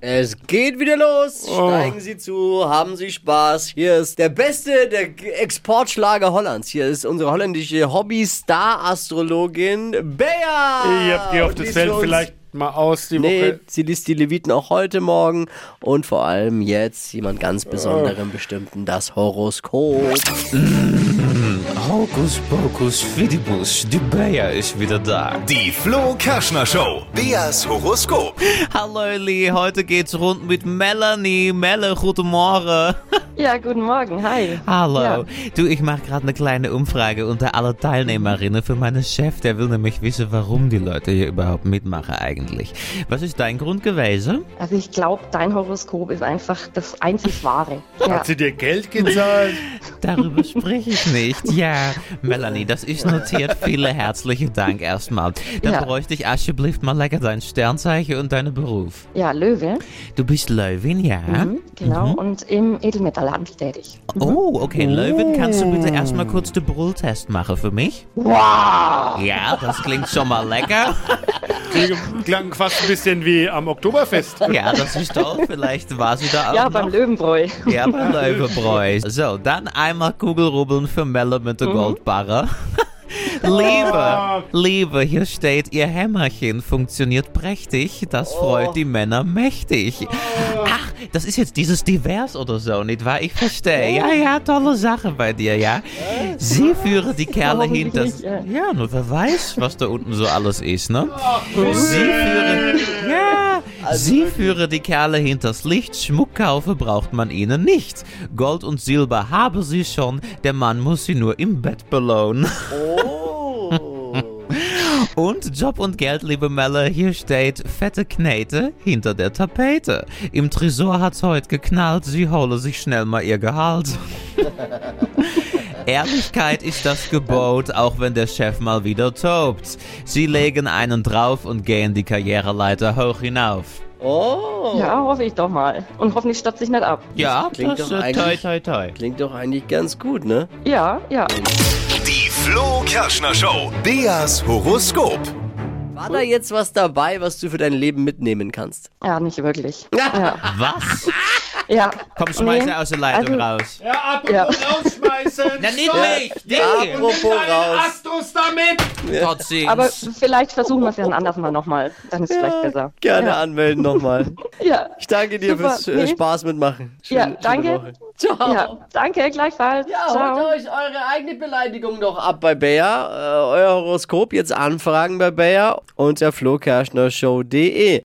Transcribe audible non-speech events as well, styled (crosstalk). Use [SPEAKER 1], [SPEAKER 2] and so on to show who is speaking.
[SPEAKER 1] Es geht wieder los.
[SPEAKER 2] Oh.
[SPEAKER 1] Steigen Sie zu, haben Sie Spaß. Hier ist der beste, der G- Exportschlager Hollands. Hier ist unsere holländische Hobby-Star-Astrologin Bea.
[SPEAKER 2] Ich hab die auf
[SPEAKER 1] Und
[SPEAKER 2] das
[SPEAKER 1] ist
[SPEAKER 2] Feld
[SPEAKER 1] für uns-
[SPEAKER 2] vielleicht mal aus die
[SPEAKER 1] Nee,
[SPEAKER 2] Woche.
[SPEAKER 1] sie liest die Leviten auch heute Morgen und vor allem jetzt jemand ganz
[SPEAKER 2] Oh.
[SPEAKER 1] besonderen bestimmten, das Horoskop.
[SPEAKER 3] Hocus Pocus Fidibus, die Bea ist wieder da.
[SPEAKER 4] Die Flo Kerschner Show. Beas Horoskop.
[SPEAKER 3] Hallo Ellie, heute geht's rund mit Melanie. Melle, guten Morgen.
[SPEAKER 5] Ja, guten Morgen, hi.
[SPEAKER 3] Hallo.
[SPEAKER 5] Ja.
[SPEAKER 3] Du, ich mache gerade eine kleine Umfrage unter alle Teilnehmerinnen für meinen Chef. Der will nämlich wissen, warum die Leute hier überhaupt mitmachen eigentlich. Was ist dein Grund gewesen?
[SPEAKER 5] Also ich glaube, dein Horoskop ist einfach das einzig wahre. Ja.
[SPEAKER 2] Hat sie dir Geld gezahlt?
[SPEAKER 5] (laughs)
[SPEAKER 3] Darüber spreche ich nicht. Ja, Melanie, das ist notiert. Viele herzlichen Dank erstmal. Dann
[SPEAKER 5] Ja.
[SPEAKER 3] bräuchte ich alsjeblieft mal lecker dein Sternzeichen und deinen Beruf.
[SPEAKER 5] ja, Löwe,
[SPEAKER 3] Du bist Löwin, ja?
[SPEAKER 5] mhm, genau, und im Edelmetallhandel tätig.
[SPEAKER 3] Oh, okay. Löwen, kannst du bitte erstmal kurz den Brülltest machen für mich? Wow! Ja, das klingt schon mal lecker.
[SPEAKER 2] Die klang fast ein bisschen wie am Oktoberfest.
[SPEAKER 3] Ja, das ist toll. Vielleicht war sie da auch
[SPEAKER 5] Ja,
[SPEAKER 3] noch.
[SPEAKER 5] beim Löwenbräu.
[SPEAKER 3] ja, beim Löwenbräu. So, dann einmal Kugelrubbeln für Melle mit
[SPEAKER 5] Mhm.
[SPEAKER 3] der Goldbarre. (laughs)
[SPEAKER 5] Oh.
[SPEAKER 3] Liebe, Liebe, hier steht, ihr Hämmerchen funktioniert prächtig.
[SPEAKER 5] Oh.
[SPEAKER 3] Das freut die Männer mächtig. Ach, das ist jetzt dieses Divers oder so, nicht wahr? Ich verstehe. Ja, ja, tolle Sache bei dir, ja. Sie führen die Kerle
[SPEAKER 5] Warum
[SPEAKER 3] hinter...
[SPEAKER 5] nicht, ja.
[SPEAKER 3] Ja, nur wer weiß, was da unten so alles ist, ne? Sie führen... Ja,
[SPEAKER 5] Also
[SPEAKER 3] sie führen die Kerle hinters Licht. Schmuck kaufen braucht man ihnen nicht. Gold und Silber haben sie schon. Der Mann muss sie nur im Bett belohnen.
[SPEAKER 2] Oh.
[SPEAKER 3] Und Job und Geld, liebe Melle, hier steht fette Knete hinter der Tapete. Im Tresor hat's heute geknallt, sie hole sich schnell mal ihr
[SPEAKER 5] (laughs)
[SPEAKER 3] Gehalt. Ehrlichkeit ist das Gebot, auch wenn der Chef mal wieder tobt. Sie legen einen drauf und gehen die Karriereleiter hoch hinauf.
[SPEAKER 1] (laughs) Oh,
[SPEAKER 5] (laughs) Ja, hoffe ich doch mal. Und hoffentlich stürzt sich nicht ab.
[SPEAKER 3] Ja,
[SPEAKER 1] klingt
[SPEAKER 3] das
[SPEAKER 1] doch
[SPEAKER 3] äh, toi,
[SPEAKER 1] eigentlich-
[SPEAKER 3] toi, toi.
[SPEAKER 1] klingt doch eigentlich ganz gut, ne?
[SPEAKER 5] Ja, ja.
[SPEAKER 4] Die Flo Kerschner Show. Beas Horoskop.
[SPEAKER 1] War da jetzt was dabei, was du für dein Leben mitnehmen kannst?
[SPEAKER 5] Ja, nicht wirklich. Ja.
[SPEAKER 3] Was?
[SPEAKER 5] ja.
[SPEAKER 3] Komm, schmeiß
[SPEAKER 5] Nee,
[SPEAKER 3] er aus der Leitung
[SPEAKER 5] also-
[SPEAKER 3] raus.
[SPEAKER 2] Ja, ab und
[SPEAKER 5] Ja.
[SPEAKER 2] rausschmeißen.
[SPEAKER 3] Na, nicht
[SPEAKER 2] Stopp.
[SPEAKER 3] mich! Dich!
[SPEAKER 1] Apropos raus.
[SPEAKER 2] Astros damit!
[SPEAKER 3] Trotzdem.
[SPEAKER 5] Aber vielleicht versuchen wir es ja ein anderes Mal nochmal. Dann ist es vielleicht besser.
[SPEAKER 1] Gerne
[SPEAKER 5] Ja.
[SPEAKER 1] anmelden nochmal.
[SPEAKER 5] Ja.
[SPEAKER 1] Ich danke (laughs) dir
[SPEAKER 5] Super,
[SPEAKER 1] fürs äh,
[SPEAKER 5] nee.
[SPEAKER 1] Spaß mitmachen.
[SPEAKER 5] Ja,
[SPEAKER 1] Schöne- schöne
[SPEAKER 5] danke.
[SPEAKER 1] Woche. Ciao.
[SPEAKER 5] ja. Danke, gleichfalls.
[SPEAKER 1] Ja,
[SPEAKER 5] Ciao.
[SPEAKER 1] holt euch eure eigene Beleidigung doch ab bei Bayer. Äh, euer Horoskop jetzt anfragen bei Bayer unter flokerschnershow.de.